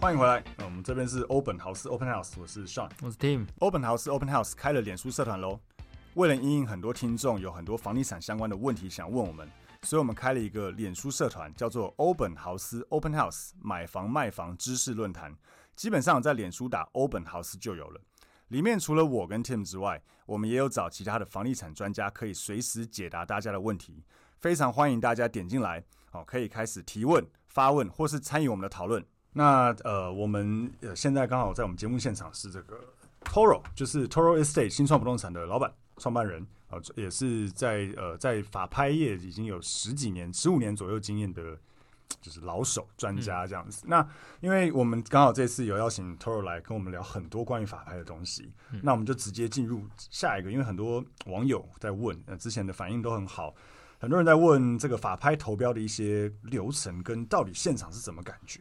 欢迎回来。那我们这边是欧本豪斯 Open House，我是 Sean。我是 Tim，欧本豪斯 Open House 开了脸书社团喽。为了因应很多听众有很多房地产相关的问题想问我们，所以我们开了一个脸书社团，叫做欧本豪斯 Open House 买房卖房知识论坛。基本上在脸书打欧本豪斯就有了。里面除了我跟 Tim 之外，我们也有找其他的房地产专家，可以随时解答大家的问题。非常欢迎大家点进来，好、可以开始提问、发问，或是参与我们的讨论。那呃，我们呃现在刚好在我们节目现场是这个 Toro，就是 Toro Estate 新创不动产的老板、创办人，啊、这也是在呃在法拍业已经有十几年、十五年左右经验的，就是老手专家这样子。那因为我们刚好这次有邀请 Toro 来跟我们聊很多关于法拍的东西，那我们就直接进入下一个，因为很多网友在问，呃，之前的反应都很好。很多人在问这个法拍投标的一些流程跟到底现场是怎么感觉，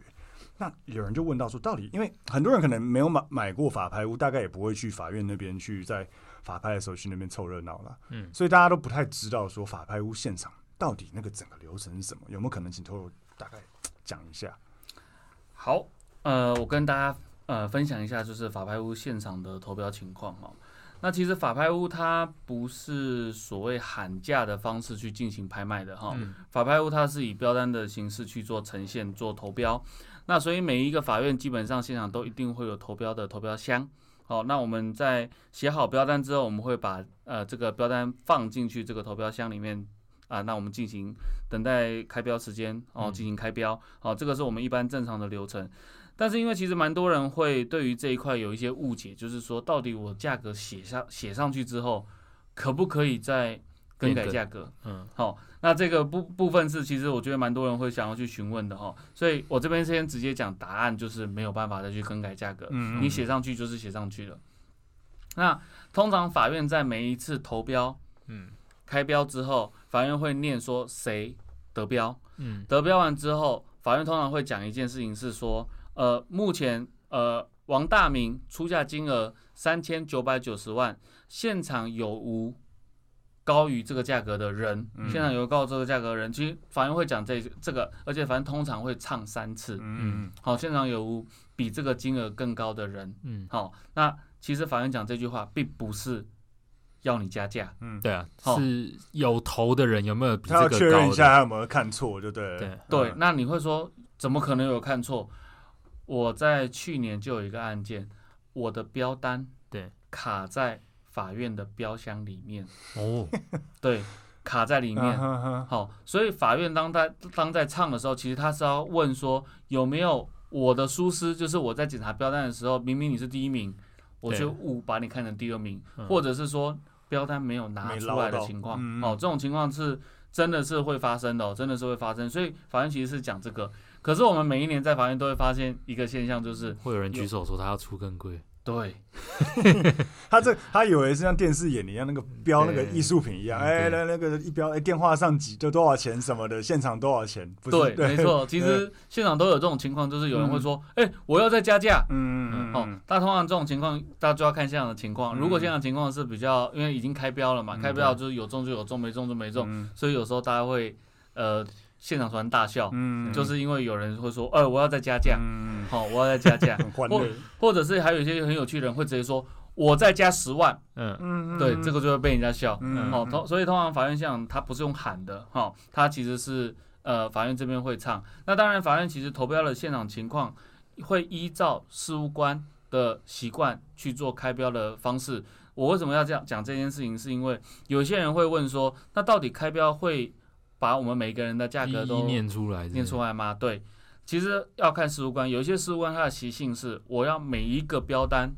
那有人就问到说，到底因为很多人可能没有买买过法拍屋，大概也不会去法院那边去在法拍的时候去那边凑热闹了，嗯，所以大家都不太知道说法拍屋现场到底那个整个流程是什么，有没有可能请透露大概讲一下？好，呃，我跟大家呃分享一下，就是法拍屋现场的投标情况哦。那其实法拍屋它不是所谓喊价的方式去进行拍卖的哈、法拍屋它是以标单的形式去做呈现、做投标。那所以每一个法院基本上现场都一定会有投标的投标箱。好，那我们在写好标单之后，我们会把呃这个标单放进去这个投标箱里面啊、那我们进行等待开标时间嗯哦，进行开标哦，这个是我们一般正常的流程。但是因为其实蛮多人会对于这一块有一些误解，就是说到底我价格写上写上去之后，可不可以再更改变更价格？嗯，好、那这个部部分是其实我觉得蛮多人会想要去询问的哈、所以我这边先直接讲答案，就是没有办法再去更改价格，嗯你写上去就是写上去了。那通常法院在每一次投标，嗯，开标之后，法院会念说谁得标，嗯，得标完之后，法院通常会讲一件事情是说，呃，目前呃王大明出价金额三千九百九十万，现场有无高于这个价格的人，嗯现场有高于这个价格的人，其实法院会讲这这个，而且反正通常会唱三次，嗯好，现场有无比这个金额更高的人，嗯，好，那其实法院讲这句话并不是要你加价，对啊，嗯好是有头的人有没有比他要这确个认高一下的？他有没有看错，就对了。对，对，嗯那你会说怎么可能有看错？我在去年就有一个案件，我的标单对卡在法院的标箱里面， 哦，对，卡在里面。啊嗯哼哼好，所以法院当在当在唱的时候，其实他是要问说有没有我的疏失，就是我在检查标单的时候，明明你是第一名，我对就误把你看成第二名，嗯或者是说标单没有拿没出捞来的到情况。嗯哦，这种情况是真的是会发生的、哦，真的是会发生。所以法院其实是讲这个，可是我们每一年在法院都会发现一个现象，就是会有人举手说他要出更贵，对他这他以为是像电视演的一样，那个标那对个艺术品一样，嗯哎，对那那个一标，哎，电话上几就多少钱什么的，现场多少钱？不是对，没，错，其实现场都有这种情况，就是有人会说，哎、我要再加价，嗯嗯哦嗯，，那通常这种情况，大家就要看现场的情况。嗯如果现场情况是比较，因为已经开标了嘛，嗯开标就是有中就有中，没中就没中，嗯所以有时候大家会呃现场突然大笑，嗯就是因为有人会说，哎，我要再加价，嗯，好，我要再加 价，很欢或乐，或者是还有一些很有趣的人会直接说，我再加十万，嗯，嗯对，这个就会被人家笑。嗯哦，通所以通常法院现场他不是用喊的哈、他其实是呃法院这边会唱。那当然，法院其实投标的现场情况会依照事务官的习惯去做开标的方式。我为什么要这样讲这件事情？是因为有些人会问说，那到底开标会把我们每个人的价一格一都念出来，念出来，来吗？对，其实要看事务官，有一些事务官他的习性是我要每一个标单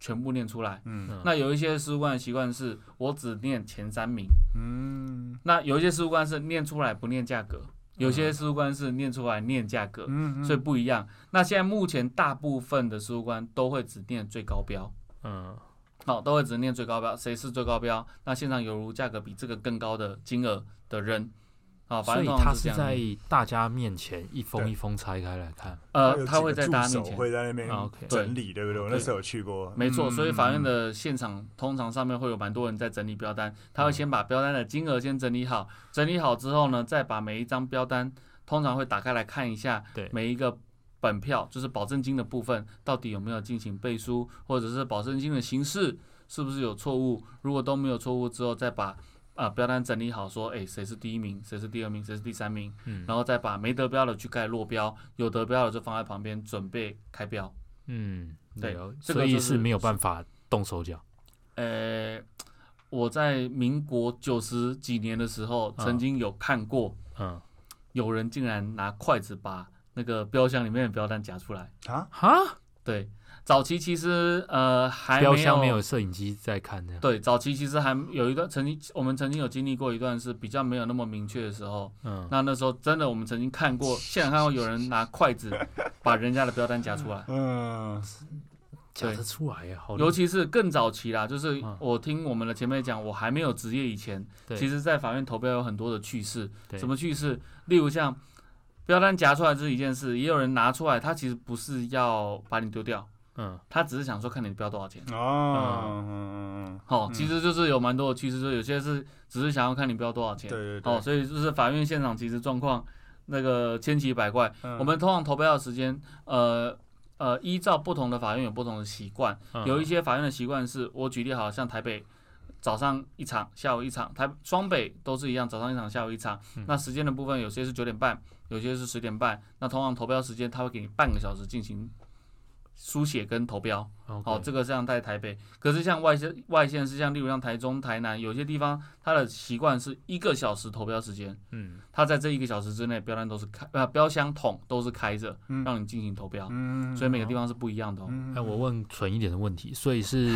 全部念出来。嗯那有一些事务官的习惯是我只念前三名。嗯那有一些事务官是念出来不念价格，有些事务官是念出来念价格，嗯所以不一样。那现在目前大部分的事务官都会只念最高标，嗯，好、都会只念最高标，谁是最高标？那现场有如价格比这个更高的金额的人，啊、所反正以通他常这是样在念。大家面前一封一封拆开来看，呃，他会在大家面前。会在那边啊，OK 整理，对不对？我那时候有去过，没错，嗯所以法院的现场通常上面会有蛮多人在整理标单，他会嗯先把标单的金额先整理好，整理好之后呢，再把每一张标单通常会打开来看一下，对每一个本票，就是保证金的部分，到底有没有进行背书，或者是保证金的形式是不是有错误？如果都没有错误之后，再把啊、标单整理好，说诶谁是第一名，谁是第二名，谁是第三名，嗯然后再把没得标的去盖落标，有得标的就放在旁边准备开标。嗯，对了这个所以就是没有办法动手脚。呃，我在民国九十几年的时候，嗯曾经有看过嗯，有人竟然拿筷子把那个标箱里面的标单夹出来。啊，哈，对，早期其实呃还标箱没有摄影机在看的。对，早期其实还有一段曾经，我们曾经有经历过一段是比较没有那么明确的时候。嗯，那那时候真的，我们曾经 看过，现场看过有人拿筷子把人家的标单夹出 来，嗯，夹对得出来呀，好厉害。尤其是更早期啦，就是嗯我听我们的前辈讲，我还没有职业以前，对其实在法院投标有很多的趣事，对什么趣事？例如像标单夹出来这是一件事，也有人拿出来，他其实不是要把你丢掉，嗯他只是想说看你的标多少钱。哦，嗯嗯好、其实就是有蛮多的趋势，就有些是只是想要看你标多少嗯，对钱。对对，哦，所以就是法院现场其实状况那个千奇百怪。嗯我们通常投标的时间，呃呃，依照不同的法院有不同的习惯，嗯有一些法院的习惯是，我举例好像台北。早上一场，下午一场，台双北都是一样，早上一场，下午一场。那时间的部分，有些是九点半，有些是十点半。那通常投标时间，他会给你半个小时进行书写跟投标。 OK 哦，这个像在台北，可是像外县外县市，像例如像台中、台南，有些地方它的习惯是一个小时投标时间，嗯它在这一个小时之内标单都是开，呃，标箱桶都是开着，嗯让你进行投标，嗯，所以每个地方是不一样的哦。嗯，哎，我问蠢一点的问题，所以 是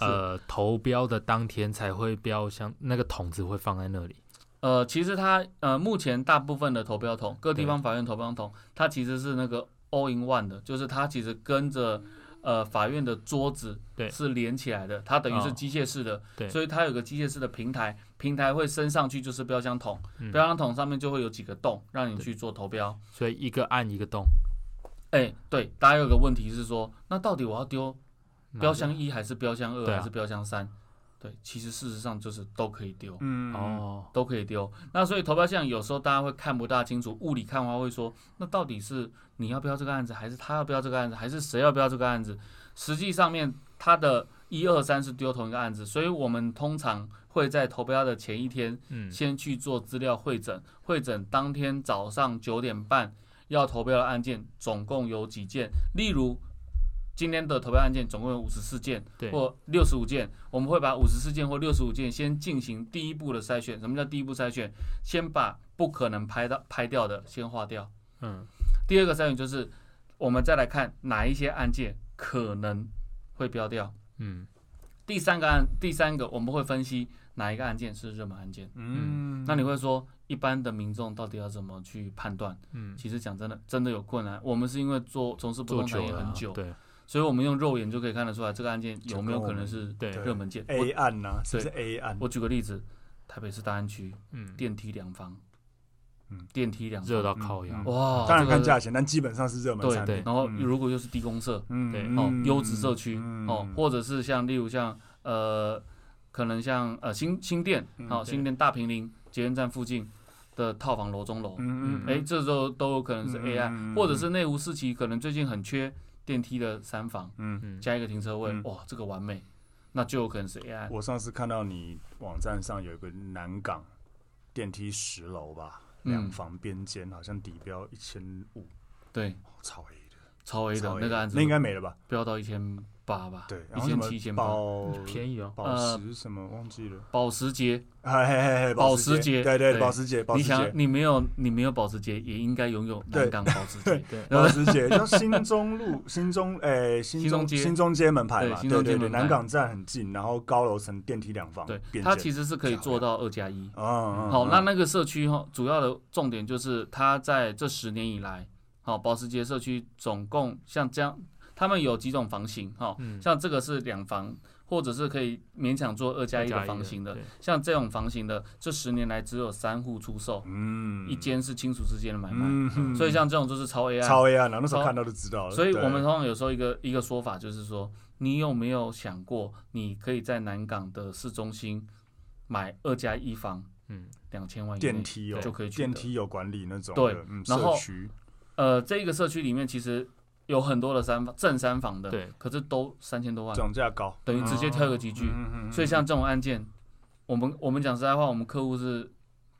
呃投标的当天才会标箱，那个桶子会放在那里。呃，其实它呃，目前大部分的投标桶，各地方法院投标桶，它其实是那个 all in one 的，就是它其实跟着呃法院的桌子对是连起来的，它等于哦是机械式的，对所以它有个机械式的平台，平台会升上去就是标箱桶，嗯标箱桶上面就会有几个洞让你去做投标。所以一个按一个洞，哎，对，大家有个问题是说，那到底我要丢那标就箱一还是标箱对二啊还是标箱三？对，其实事实上就是都可以丢。嗯，哦，都可以丢。那所以投标项有时候大家会看不大清楚，雾里看花会说，那到底是你要标这个案子，还是他要标这个案子，还是谁要标这个案子？实际上面它的一二三是丢同一个案子，所以我们通常会在投标的前一天嗯先去做资料会诊，会诊当天早上九点半要投标的案件总共有几件，例如。今天的投标案件总共有五十四件对或六十五件，我们会把五十四件或六十五件先进行第一步的筛选。什么叫第一步筛选？先把不可能拍到拍掉的先划掉。嗯第二个筛选就是我们再来看哪一些案件可能会标掉。嗯第三个案，第三个我们会分析哪一个案件是热门案件。嗯，那你会说，一般的民众到底要怎么去判断？嗯，其实讲真的，真的有困难。我们是因为做从事不做动产久业了很啊久，对所以我们用肉眼就可以看得出来这个案件就有没有跟我可们能是对，热门件。 A 我案呐，是不是 A 案？我举个例子，台北市大安区嗯，电梯两房，嗯电梯两热房，到靠腰嗯，哇，当然看价。价钱，但基本上是热门对产对品。然后嗯如果又是低公社，嗯对哦嗯，优质社区嗯哦，或者是像例如像呃，可能像呃新新店嗯，哦，对新店大平林捷运站附近的套房楼中楼，嗯哎，这时候都有可能是嗯 AI，嗯或者是内湖市集可能最近很缺电梯的三房，嗯，嗯加一个停车位嗯，哇，这个完美，那就有可能是 AI。我上次看到你网站上有一个南港电梯十楼吧，嗯两房边间，好像底标一千五，对，超 A 的，超 A 的超 A 那个案子，那应该没了吧？飙到一千八吧？对，然一后什千么七、一千八。宝便呃宜哦，宝石什么忘记了，保时捷，哎嘿嘿，保时时捷对对，对保时捷，保你时想捷，，你没有你没有保时捷，也应该拥有南对港保时捷。对保时捷叫新中 路、新中哎新呃中新中街新中街门牌对嘛，新对中对街对，门牌南港站很近，然后高楼层电梯两房对，边它间，其实是可以做到二加一。嗯，好，嗯那那个社区哈，主要的重点就是它在这十年以来，好，保时捷社区总共像这样，他们有几种房型哈，嗯像这个是两房，或者是可以勉强做二加一的房型的，对像这种房型的，这十年来只有三户出售，嗯一间是亲属之间的买卖，嗯所以像这种就是超 AI。超 A 啊，那时候超看到就知道了。所以我们对通常有时候一个一个说法就是说，你有没有想过，你可以在南港的市中心买二加一房，嗯，两千万以内电梯有就可以取得电梯有管理那种对的嗯然后社区，呃，这个社区里面其实有很多的三房正三房的，对，可是都三千多万，总价高，等于直接挑一个集聚。嗯所以像这种案件，我们我们讲实在话，我们客户是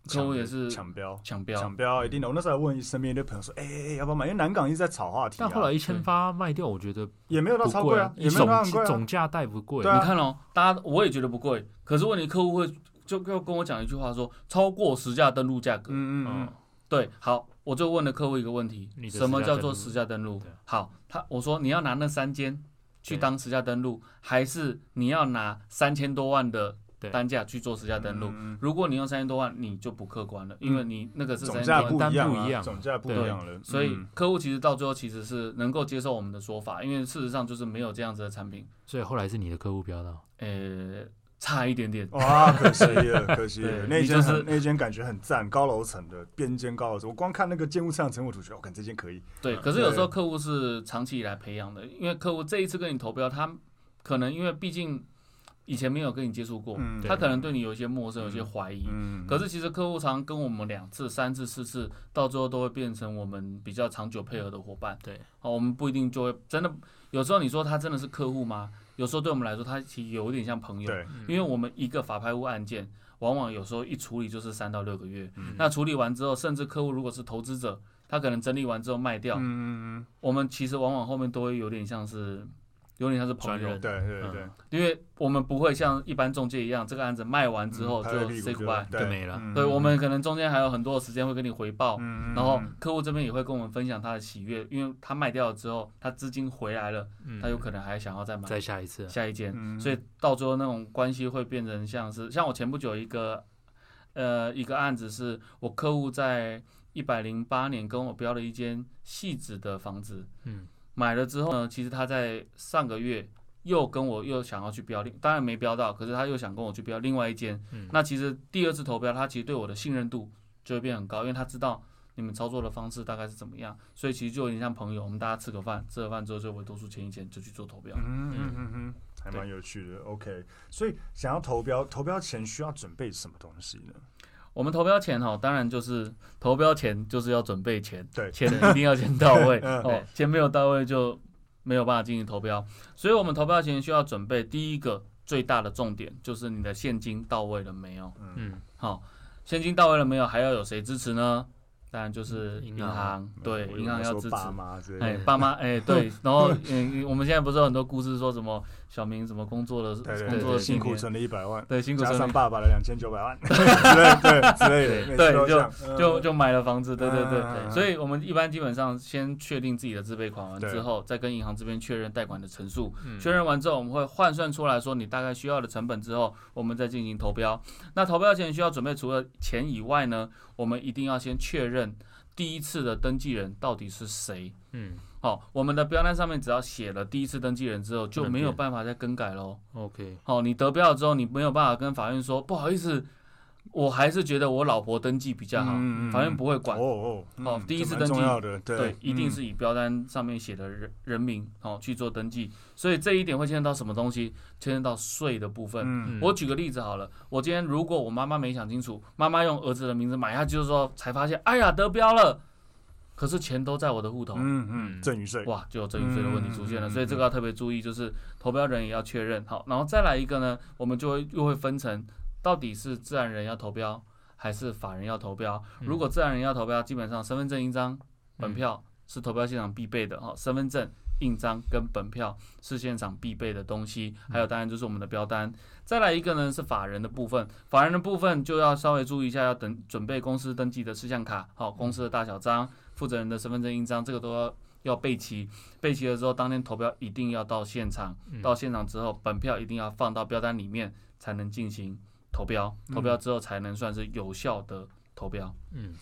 客户也是抢标，抢标抢，标一定的。我那时候还问身边一堆朋友说，哎哎哎，要不要买？因为南港一直在炒话题啊，但后来一千发卖掉，我觉得也没有到不超贵啊，也没有到很贵总啊。总价带不贵对，啊你看哦，大家我也觉得不贵，可是问题客户会就就跟我讲一句话说，超过实价登录价格。嗯嗯嗯嗯，，对，好，我就问了客户一个问题你：的什么实价叫登做录实价登录对？好，他我说你要拿那三间去对当实价登录，还是你要拿三千多万的对单价去做实价登录？嗯如果你用三千多万，你就不客观了，因为嗯你那个是总三价千不多不万。一样但不一啊，样总价不一样了，所以嗯客户其实到最后其实是能够接受我们的说法，因为事实上就是没有这样子的产品，所以后来是你的客户标到，呃，差一点点。哇，可惜了，可惜了。对那你间就很、是那间感觉很赞，高楼层的边间高楼层，我光看那个建物市场成果图，觉得我看这间可以。对，可是有时候嗯对客户是长期以来培养的，因为客户这一次跟你投标，他可能因为毕竟以前没有跟你接触过，嗯他可能对你有一些陌生，有一些嗯怀疑。嗯可是其实客户常跟我们两次、三次、四次，到最后都会变成我们比较长久配合的伙伴。对，哦，我们不一定就会真的，有时候你说他真的是客户吗？有时候对我们来说，他其实有点像朋友，对，因为我们一个法拍屋案件，往往有时候一处理就是三到六个月。嗯那处理完之后，甚至客户如果是投资者，他可能整理完之后卖掉，嗯嗯我们其实往往后面都会有点像是，有点像是朋专友人嗯，，对对对，因为我们不会像一般中介一样，这个案子卖完之嗯后拍就了屁股 say goodbye，对就没了嗯对我们可能中间还有很多的时间会跟你回报，嗯嗯然后嗯客户这边也会跟我们分享他的喜悦，因为他卖掉了之后，他资金回来了，嗯他有可能还想要再买再下一次啊，下一间，嗯所以到最后那种关系会变成像是像我前不久一个呃一个案子是我客户在一百零八年跟我标了一间细致的房子，嗯，买了之后呢，其实他在上个月又跟我又想要去标另，当然没标到，可是他又想跟我去标另外一间。嗯那其实第二次投标，他其实对我的信任度就会变很高，因为他知道你们操作的方式大概是怎么样，所以其实就有点像朋友，我们大家吃个饭，吃了饭之后就会多出钱一钱就去做投标。嗯嗯嗯嗯，还蛮有趣的。OK，所以想要投标，投标前需要准备什么东西呢？我们投标前哈，当然就是投标前就是要准备钱，对钱一定要先到 位嗯哦，钱没有到位就没有办法进行投标，所以我们投标前需要准备第一个最大的重点就是你的现金到位了没有？嗯，好、现金到位了没有？还要有谁支持呢？当然就是嗯银银行行，对，嗯我有银行没有要说支持。爸妈之类哎的。，爸妈 哎，对，然后嗯，我们现在不是有很多故事说什么小明什么工作了，对对工作对，了辛几苦年存了一百万，对辛苦加存上了，爸爸的两千九百 万之类对之类的，每次对都就这样嗯就就买了房子，对对对，嗯所以我们一般基本上先确定自己的自备款完对之后，再跟银行这边确认贷款的陈述。嗯确认完之后，我们会换算出来说你大概需要的成本之后，我们再进行投标。那投标前需要准备，除了钱以外呢，我们一定要先确认第一次的登记人到底是谁。嗯好、我们的标单上面只要写了第一次登记人之后，就不能没有变办法再更改喽。 ，OK，哦，你得标了之后，你没有办法跟法院说不好意思，我还是觉得我老婆登记比较好，嗯嗯嗯法院不会管。哦哦嗯哦第一这次蛮登重记要的，对嗯对，，一定是以标单上面写的人人名哦去做登记，所以这一点会牵涉到什么东西？牵涉到税的部分。嗯，嗯我举个例子好了，我今天如果我妈妈没想清楚，妈妈用儿子的名字买下去的时候，才发现，哎呀得标了，可是钱都在我的户头，啊嗯嗯，嗯赠与税，哇，就有赠与税的问题出现了，嗯所以这个要特别注意，就是投标人也要确认好，然后再来一个呢，我们就会又会分成到底是自然人要投标还是法人要投标。嗯如果自然人要投标，基本上身份证一嗯张，本票是投标现场必备的哈，身份证。印章跟本票是现场必备的东西，还有嗯当然就是我们的标单。再来一个呢是法人的部分，法人的部分就要稍微注意一下，要等准备公司登记的事项卡，好，公司的大小章、负责人的身份证印章，这个都要要备齐，备齐了之后，当天投标一定要到现场，嗯到现场之后，本票一定要放到标单里面才能进行投标，投标之后才能算是有效的投标。嗯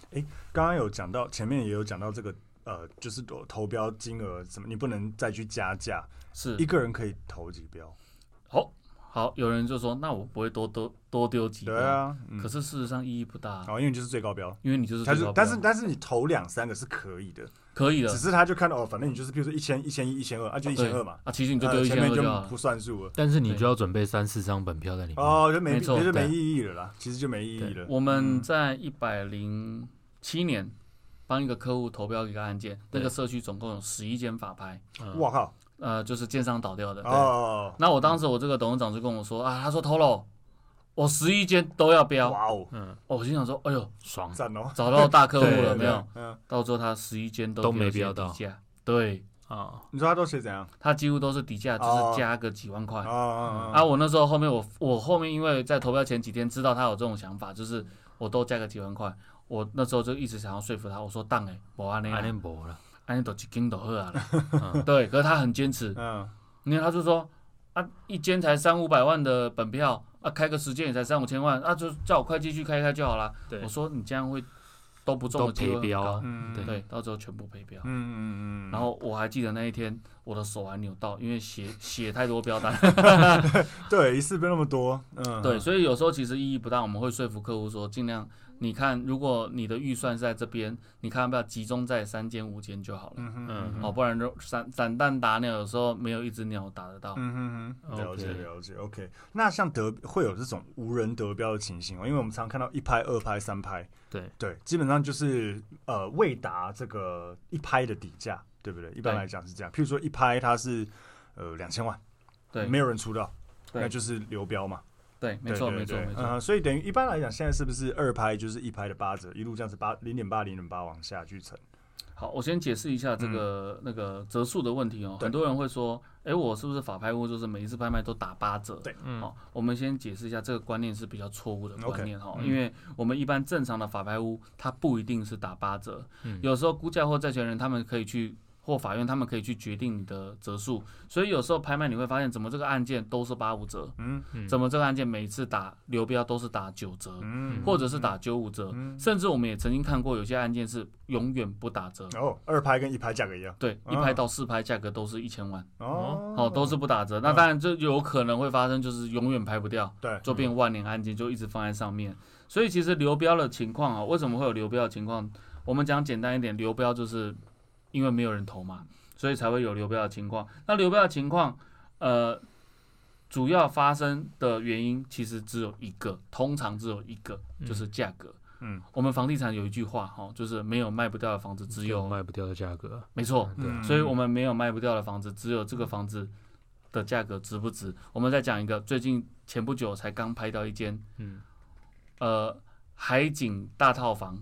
刚刚有讲到，前面也有讲到这个，呃，就是投投标金额什么，你不能再去加价，是一个人可以投几标？好，好，有人就说，那我不会多多多丢几对个，啊，嗯可，是事实上意义不大，哦，因为就是最高标，因为你就是但最是高标但是但是你投两三个是可以的，可以的只，是他就看到哦，反正你就是比如说一千、一千一、一千二，啊，就一对千二嘛，啊，其实你就呃丢一前千面二就就好了不。算数了，但是你对就要准备三四张本票在里面，哦，就没嗯没错也就没对意义了啦，其实就没意义了。我们在一百零七年帮一个客户投标一个案件，那对个社区总共有十一间法拍，嗯哇靠！呃，就是建商倒掉的。哦，那我当时我这个董事长就跟我说啊，他说 t o 我十一间都要标，哇哦，嗯，哦我心想说，哎呦，爽，赞 哦！找到大客户对对了啊没有？？嗯，到最后他十一间都给我没写标到底价，对啊，你说他都写怎样？他几乎都是底价，只哦是加个几万块。嗯啊啊，我那时候后面我我后面因为在投标前几天知道他有这种想法，就是我都加个几万块，我那时候就一直想要说服他，我说当哎，我安尼安安念博了，尼都一斤都好啊 啦，嗯对，可是他很坚持，嗯，因为他就说啊，一间才三五百万的本票啊，开个十间也才三五千万啊，就叫我会计去开一开就好啦。对我说你这样会都不中都的机会赔很标高啊嗯对对，到时候全部赔标嗯。嗯嗯嗯，然后我还记得那一天，我的手还扭到，因为写写太多标单，对一次变那么多，嗯，对，，所以有时候其实意义不大，我们会说服客户说，尽量你看，如果你的预算是在这边，你看要不要集中在三间五间就好了，嗯哼嗯哦，不然就散散弹打鸟，有时候没有一只鸟打得到。嗯哼哼，了解 OK 了解，OK。那像得会有这种无人得标的情形哦，因为我们常看到一拍、二拍、三拍，对对，基本上就是呃未达这个一拍的底价，对不对？一般对来讲是这样，譬如说一拍它是呃两千万，对，没有人出到，对那就是流标嘛，对，没错，对没对错，对没嗯错。哼所以等于一般来讲，现在是不是二拍就是一拍的八折，一路这样子八零点八、零点八往下去乘？好，我先解释一下这个那个折数的问题嗯哦。对很多人会说，哎，我是不是法拍屋就是每一次拍卖都打八折？对哦，我们先解释一下这个观念是比较错误的 OK，观念哈，嗯因为我们一般正常的法拍屋，它不一定是打八折，嗯有时候估价或债权人他们可以去或法院他们可以去决定你的折数，所以有时候拍卖你会发现怎么这个案件都是八五折，嗯嗯怎么这个案件每次打流标都是打九折，嗯，或者是打九五折，嗯甚至我们也曾经看过有些案件是永远不打折。哦，二拍跟一拍价格一样对，一拍到四拍价格都是一千万，哦，哦，都是不打折。那当然，这有可能会发生，就是永远拍不掉，对就变万年案件，就一直放在上面。所以其实流标的情况啊，为什么会有流标的情况？我们讲简单一点，流标就是因为没有人投嘛，所以才会有流标的情况。那流标的情况，呃，主要发生的原因其实只有一个，通常只有一个，就是价格。嗯，我们房地产有一句话哈、哦，就是没有卖不掉的房子，只有卖不掉的价格，没错，对嗯所以我们没有卖不掉的房子，只有这个房子的价格值不值。我们再讲一个，最近前不久才刚拍到一间，嗯，呃，海景大套房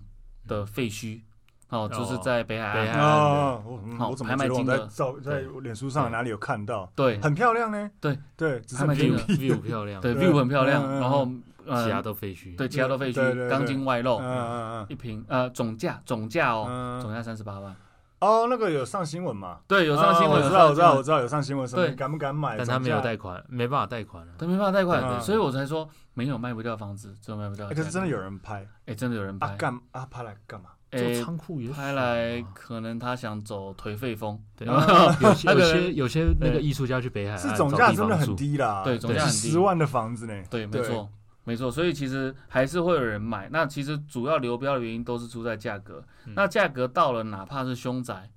的废墟，哦，就是哦在北海北岸，海岸哦，我嗯好我怎么拍觉卖得我金在额照在脸书上哪里有看到，对很漂亮呢。对对，只是拍卖金平额 view 漂亮，对对，view 很漂亮嗯嗯，嗯然后其他呃，都废墟，对，其他都废对对对墟，钢筋外 嗯露，嗯嗯一平呃总价总价哦，嗯总嗯，价三十八万，哦，那个有上新闻嘛？对，有上新啊我闻，有知道，上我知新道，闻我知道有上新闻，什么对敢不敢买？但他没有涨贷款，啊没办法贷款了，都没办法贷嗯款，所以我才说没有卖不掉的房子，只有卖不掉价，的哎价格。可是真的有人拍哎，真的有人啊，拍，干啊拍来干嘛？做哎，仓库也啊拍来可能他想走颓废风，对，啊 有些那有个些有些那个对艺术家去北海哎岸是啊总找价地真方的很住，低啦，对总价很低十万的房子呢？ 对，没错，没错。所以其实还是会有人买。那其实主要流标的原因都是出在价格。嗯那价格到了，哪怕是凶宅，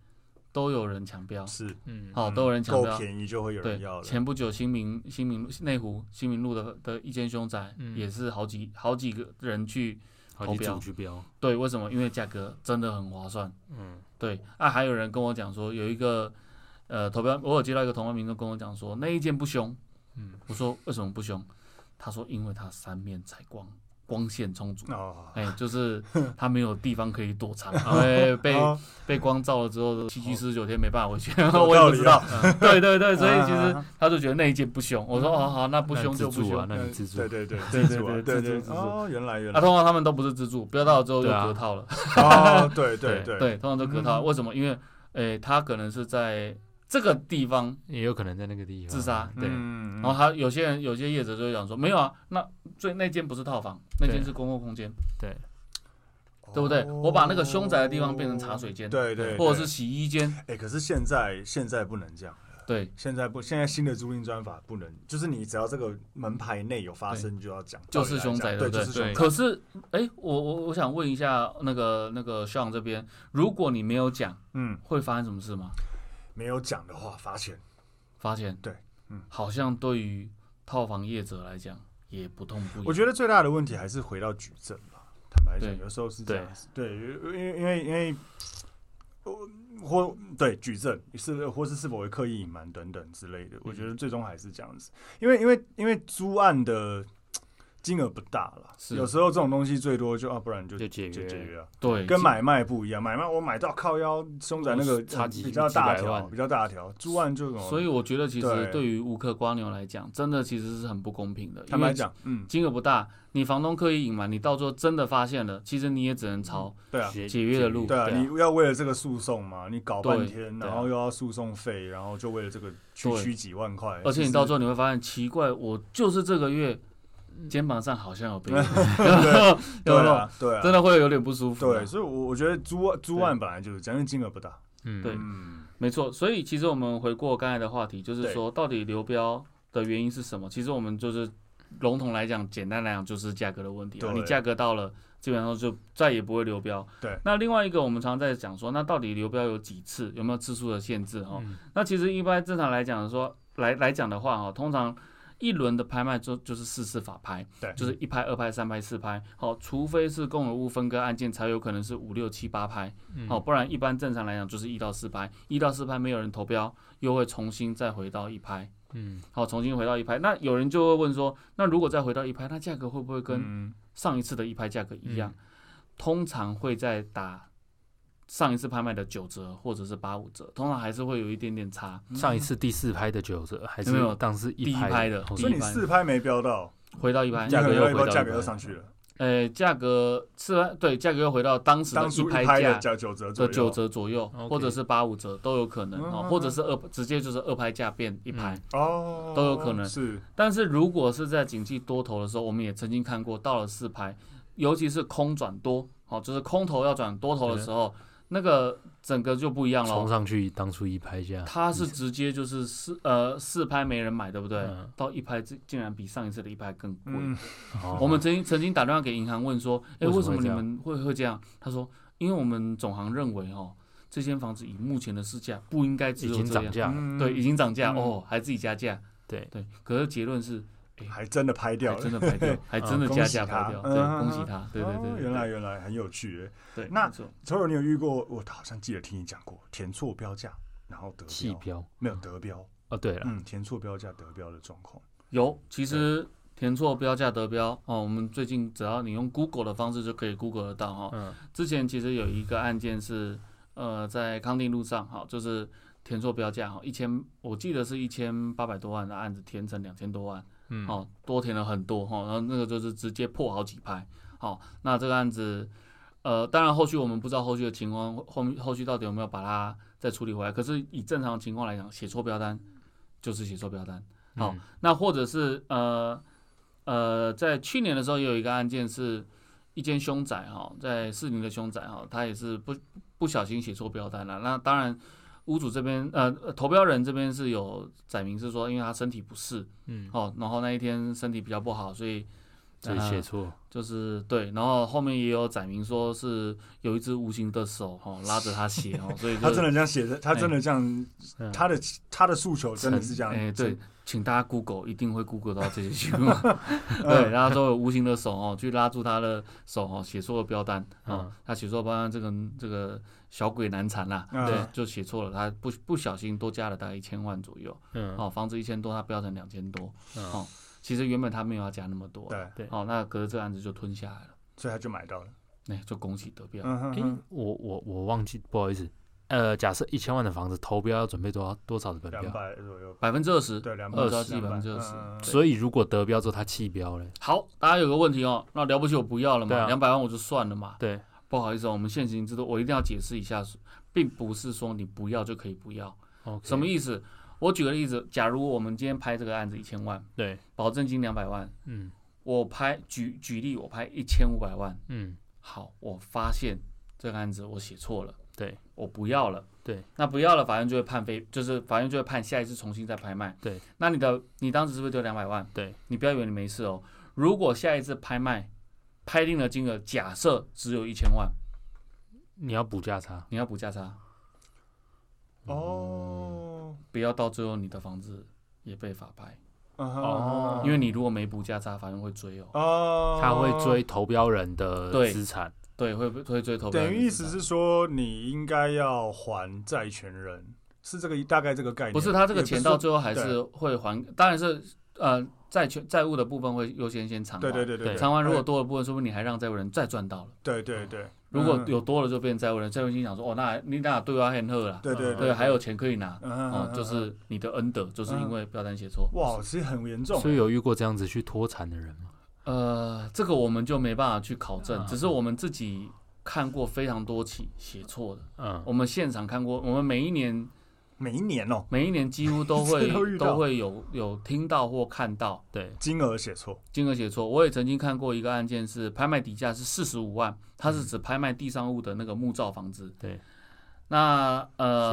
都有人抢标。是嗯，好、哦都有人抢够标。便宜就会有人对要，了。前不久新民新民路内湖新民路的的一间凶宅，嗯也是好几好几个人去。好投几标组去标，对，为什么？因为价格真的很划算。嗯，对啊，还有人跟我讲说，有一个呃投标，我有接到一个同行民众跟我讲说，那一间不凶。嗯，我说为什么不凶？他说因为它三面采光，光线充足。哦，哎， 就是他没有地方可以躲藏，哎，被哦被光照了之哦后，七居四十九天没办法回去，道理啊 我也不知道。对对对，所以其啊实啊他就觉得那一件不凶。我说哦好，那不那凶你就自不助凶啊，。那你嗯自助对，对 对，对自助啊对对对自对助自助哦，原来原啊，来，通常他们都不是自助，标到之后就对啊隔套了。哦，对 对对，对，通常都隔套。为什么？因为诶，他可能是在这个地方，也有可能在那个地方啊自杀对，嗯，然后他有些人有些业者就会讲说，没有啊，那最那间不是套房，那间对是公共空间，对对不对？我把那个凶宅的地方变成茶水间，哦对对，或者是是洗衣间，哎、可是现在现在不能这样，对。现在不现在新的租赁专法不能，就是你只要这个门牌内有发生就要讲，就是凶凶宅，对，不就对？是凶宅，可是，哎，我我我想问一下那个那个校长这边，如果你没有讲，嗯，会发生什么事吗？没有讲的话罚钱，发现对，嗯，好像对于套房业者来讲也不痛不痒。我觉得最大的问题还是回到举证吧。坦白讲，嗯对有时候是这样子。对，因为因为因为呃或对举证是或是是否会刻意隐瞒等等之类的，嗯我觉得最终还是这样子。因为因为因为租案的金额不大了，是有时候这种东西最多就啊，不然就就解就解约。约啊，对，跟买卖不一样。买卖我买到靠腰，凶宅那哦个呃差几比较大几百条，万比较大条。租案就什么所以我觉得其对实对于无壳瓜牛来讲，真的其实是很不公平的。坦白，讲，嗯，金额不大，你房东刻意隐瞒，你到最后真的发现了，其实你也只能朝对啊，解解约的路对啊，对啊你要为了这个诉讼嘛，你搞半对天，对啊然后又要诉讼费，然后就为了这个区对区几万块，而且就你是到最后你会发现，奇怪，我就是这个月肩膀上好像有 病，有嗯 对没有？啊，对啊，真的会有点不舒服啊。对，所以我我觉得租租案本来就是这样，因为金额不大，嗯，对嗯，没错。所以其实我们回过刚才的话题，就是对说到底流标的原因是什么？其实我们就是笼统来讲，简单来讲就是价格的问题啊。对你价格到了，基本上就再也不会流标。对。那另外一个，我们常在讲说，那到底流标有几次？有没有次数的限制？哦，嗯那其实一般正常来讲说，来来讲的话哈，通常一轮的拍卖就就是四次法拍，对就是一拍、二拍、三拍、四拍，好，除非是共有物分割案件，才有可能是五六七八拍，嗯嗯好，哦不然一般正常来讲就是一到四拍，一到四拍没有人投标，又会重新再回到一拍，嗯，好，重新回到一拍，那有人就会问说，那如果再回到一拍，那价格会不会跟嗯上一次的一拍价格一样？通常会在打。上一次拍卖的九折或者是八五折，通常还是会有一点点差。上一次第四拍的九折还是嗯没有当时第一拍的哦第所一以你四拍没标到，回到一拍，你价格可能又要回到价一格百又上去了，呃，价格是吧对，价格又回到当时的当初一一拍拍的价价九折左的右，九折左右， OK 或者是八五折都有可能嗯哦，嗯或者是二直接就是二拍价变一拍。哦，都有可能是，但是如果是在景气多头的时候，我们也曾经看过，到了四拍，尤其是空转多，哦，就是空头要转多头的时候，那个整个就不一样冲了。哦上去当初一拍价，它是直接就是四呃四拍没人买，对不对？ 嗯到一拍竟竟然比上一次的一拍更贵。嗯，哦我们曾经曾经打电话给银行问说，哎、为 为什什么么会你这样们会会这样？他说，因为我们总行认为哦，这间房子以目前的市价不应该只已有经这涨样，价了，嗯对，已经涨价、嗯哦，还自己加价，对对。可是结论是，还真的拍掉还了，啊真的 拍掉，还真的恭加喜价他拍掉，嗯对，嗯恭喜嗯他，对对对哦对，原来对原来很有趣耶，对，那没错所有你有遇过？我好像记得听你讲过，填错标价，然后得弃标，标没有嗯得标，哦，对啊了，嗯，填错标价得标的状况，有，其实填错标价得标哦，我们最近只要你用 Google 的方式就可以 Google 得到哦。嗯，之前其实有一个案件是，呃，在康定路上哈，就是填错标价哈，哦一千，我记得是一千八百多万的案子填成两千多万，嗯哦，多填了很多哈，然后那个就是直接破好几拍，好，那这个案子，呃，当然后续我们不知道后续的情况，后面后续到底有没有把它再处理回来，可是以正常的情况来讲，写错标单就是写错标单，好，嗯那或者是呃呃，在去年的时候也有一个案件是一间凶宅哈、在士林的凶宅哈、他也是不不小心写错标单了。那当然，屋主这边呃呃投标人这边是有载明是说，因为他身体不适嗯，哦，然后那一天身体比较不好，所以所以呃写错，就是对，然后后面也有载明说是有一只无形的手哈、拉着他写哦，所以就啊他真的这样写的，他真的这样，嗯他的他的诉求真的是这样，哎、对真，，请大家 Google 一定会 Google 到这些新闻。 对，然后都有无形的手哦，去拉住他的手哦，写错了标单哦，嗯他写错标单，这个这个小鬼难缠啦，嗯对，就写错了，他不不小心多加了大概一千万左右，嗯，哦，房子一千多，他标成两千多，嗯哦，其实原本他没有要加那么多，对，对哦，那可是这个案子就吞下来了，所以他就买到了，那、就恭喜得标，嗯哼诶哼，我我我忘记，不好意思，呃，假设一千万的房子投标要准备多少多少的本两标？百左右，百分之二十，对，两百二十百分之二十。十，所以如果得标之后他弃标嘞，好，大家有个问题哦，那了不起我不要了对嘛，啊两百、万我就算了嘛，对，不好意思、哦，我们现行制度我一定要解释一下，并不是说你不要就可以不要，什么思？意思？我举个例子，假如我们今天拍这个案子一千万，对，保证金两百万，嗯我拍举举例，我拍一千五百万，嗯，好，我发现这个案子我写错了，对我不要了，对，那不要了，法院就会判非，就是法院就会判下一次重新再拍卖，对，那你的你当时是不是丢两百万？对，你不要以为你没事哦，如果下一次拍卖拍定的金额假设只有一千万，你要补价差，你要补价差，哦，不要到最后你的房子也被法拍，嗯哼哦因为你如果没补价差，法院会追哦。哦，他会追投标人的对资产，对，会会追投标等人的资产。于意思是说，你应该要还债权人，是这个大概这个概念。不是他这个也不钱是到说最后还是会还，当然是呃债权债务的部分会优先先偿对还。对对对，呃对偿还如果多的部分，说不定你还让债务人再赚到了。对对对，如果嗯有多了就变债务人，债务人心想说哦，那你那对我很好啦，对对对还有钱可以拿，嗯哼哦嗯，哼就是你的恩德，就是因为标单写错。哇，其实很严重，所以有遇过这样子去脱产的人吗？呃，这个我们就没办法去考啊证，只是我们自己看过非常多起写错的，嗯，我们现场看过，我们每一年每一年哦，每一年几乎都会 这都遇到都会有有听到或看到对，金额写错，金额写错。我也曾经看过一个案件是拍卖底价是四十五万，它嗯是指拍卖地上物的那个木造房子。对，那写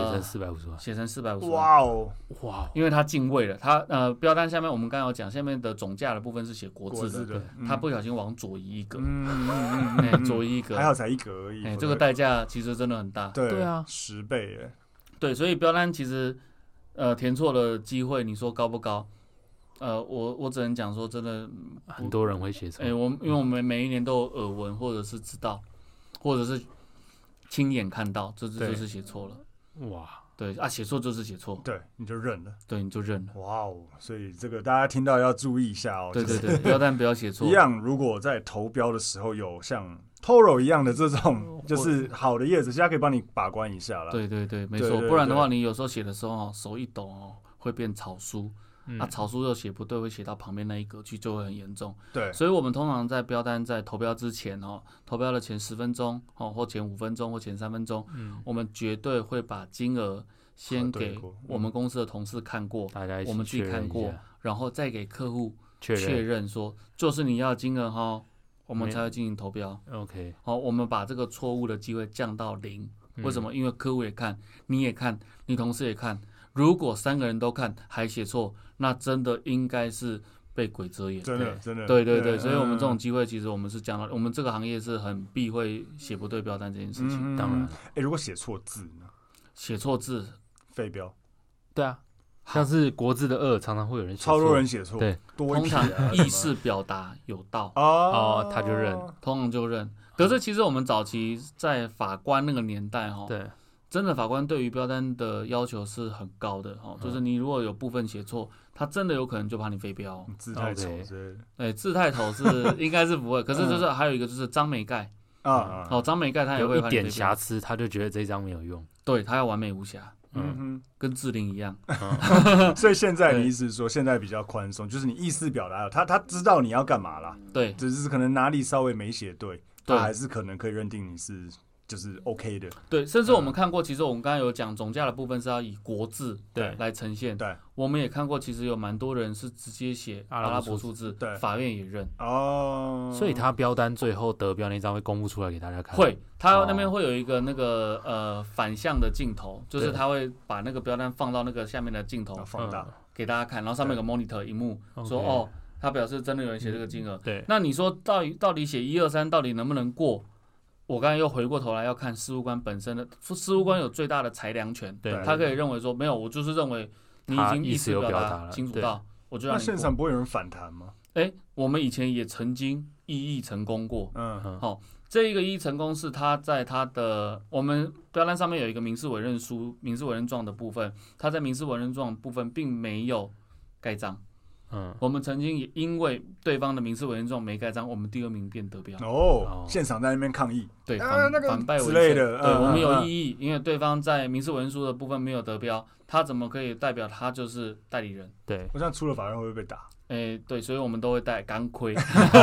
成呃四百五十万，写成四百五十万，哇哦，哇，因为它进位了，它呃标单下面我们刚刚有讲，下面的总价的部分是写国国字字的，的，它不小心往左移一格，嗯，嗯嗯嗯哎嗯，左移一格还，好才一格而已，哎，不这个对代价其实真的很大。对对啊十倍耶，对，所以标单其实呃填错的机会，你说高不高？呃，我我只能讲说，真的，很多人会写错哎、，我因为我们每一年都有耳闻，或者是知道，或者是亲眼看到，这这对就是写错了。哇，对啊，写错就是写错，对，你就认了，对，你就认了。哇哦，所以这个大家听到要注意一下哦，对就是对对，标单不 要写错一。样，如果在投标的时候有像 Toro 一样的这种， 就是好的叶子，现在可以帮你把关一下啦。，嗯对对对，没对错。对不然的对话，你有时候写的时候哦，手一抖哦，会变草书。嗯啊，草书又写不对，会写到旁边那一格去，就会很严重。对所以我们通常在标单在投标之前哦，投标的前十分钟哦，或前五分钟或前三分钟，嗯我们绝对会把金额先核对给过我们公司的同事看过，大家一起我们自己确认看一过下，然后再给客户确确认认说，就是你要的金额哈、我们没才会进行投标。 ，OK，好，我们把这个错误的机会降到零。为什嗯么？因为客户也看，你也看，你同事也看。如果三个人都看还写错，那真的应该是被鬼遮眼。真的对真的，对对对，所以我们这种嗯机会，其实我们是降到，我们这个行业是很避讳写不对标单这件事嗯情，当然，哎，如果写错字呢？写错字。废标，对啊，像是国字的二，常常会有人写超错多人写错，对，多一通撇常啊什么意识表达有道，哦哦，他就认通常就认。可是其实我们早期在法官那个年代哈，对，真的法官对于标单的要求是很高的哈，就是你如果有部分写错，他真的有可能就把你飞标哦。字太丑 OK 之类的哎，字太头是应该是不会，可是就是还有一个就是张美盖啊，哦，张美盖他也有会一把你点飞瑕标，疵，他就觉得这张没有用，对他要完美无瑕，嗯，嗯跟志玲一样。嗯哼，所以现在对你意思是说现在比较宽松，就是你意思表达了，他他知道你要干嘛啦，对，只是可能哪里稍微没写对，嗯对他还是可能可以认定你是就是 OK 的，对，甚至我们嗯看过，其实我们刚刚有讲总价的部分是要以国字对来呈现。对，我们也看过，其实有蛮多人是直接写阿阿拉伯拉伯数嗯数字，对法院也认。哦，所以他标单最后得标那张会公布出来给大家看，会，他哦那边会有一个那个呃反向的镜头，就是对哦他会把那个标单放到那个下面的镜头要放大。给大家看，然后上面有个 monitor 荧幕， OK 嗯说哦，他表示真的有人写这个金额。对，那你说到底到底写一二三到底能不能过？我刚才又回过头来要看事务官本身的，事务官有最大的裁量权，对他可以认为说没有，我就是认为你已他经意意思识有表达达了清楚对到，我就让那你现过场不会有人反弹吗？哎，我们以前也曾经异议成功过，嗯嗯这一个一成功是他在他的我们标单上面有一个民事委任书、民事委任状的部分，他在民事委任状部分并没有盖章。嗯，我们曾经也因为对方的民事委任状没盖章，我们第二名便得标，哦哦，现场在那边抗议，对啊反、那个反败为之胜类的对嗯我们有嗯异议，因为对方在民事委任书的部分没有得标，他怎么可以代表他就是代理人？对，我想出了法院会不会被打？哎，对，所以我们都会带钢盔，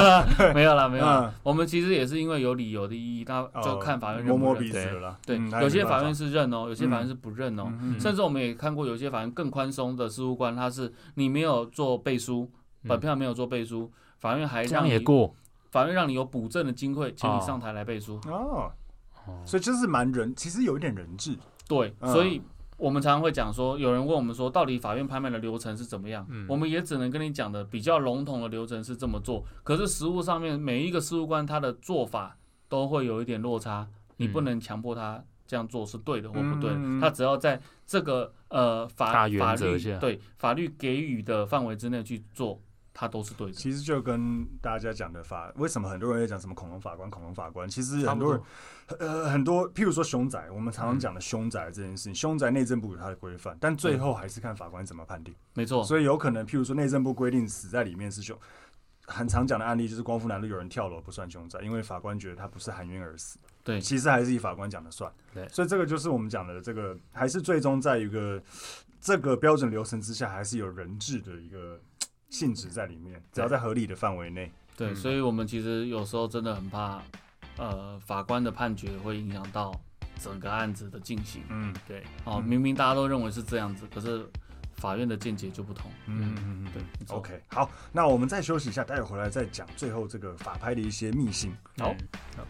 没有啦，没有啦。嗯我们其实也是因为有理由的异议，那就哦看法院认摸不摸认。鼻子对了啦。对，嗯有些法院，是认哦，有些法院嗯是不认那也没哦。办法嗯哼甚至我们也看过有些法院更宽松的事务官，他是你没有做背书，嗯本票没有做背书，法院还这让样也哎你过，法院让你有补证的机会，请你哦上台来背书。哦，哦所以就是蛮人，其实有一点人质，对，嗯所以我们常常会讲说，有人问我们说，到底法院拍卖的流程是怎么样？嗯我们也只能跟你讲的比较笼统的流程是这么做，可是实务上面每一个事务官他的做法都会有一点落差，你不嗯能强迫他。这样做是对的或不对的嗯嗯嗯他只要在这个呃大法原法则律下对法律给予的范围之内去做，它都是对的。其实就跟大家讲的法，为什么很多人在讲什么恐龙法官、恐龙法官？其实哦差很不多多人，呃，很多，譬如说凶宅，我们嗯常常讲的凶宅这件事情，凶宅内政部有它的规范，但最后还是看法官怎么判定。没错，所以有可能，譬如说内政部规定死在里面是凶，很常讲的案例就是光复南路有人跳楼不算凶宅，因为法官觉得他不是含冤而死。对其实还是以法官讲的算。对所以这个就是我们讲的这个，还是最终在一个这个标准流程之下，还是有人质的一个性质在里面，只要在合理的范围内。对，嗯所以我们其实有时候真的很怕，呃，法官的判决会影响到整个案子的进行。嗯对，哦，嗯明明大家都认为是这样子，可是法院的见解就不同。嗯嗯嗯，对。没错 OK，好，那我们再休息一下，待会回来再讲最后这个法拍的一些秘辛。好嗯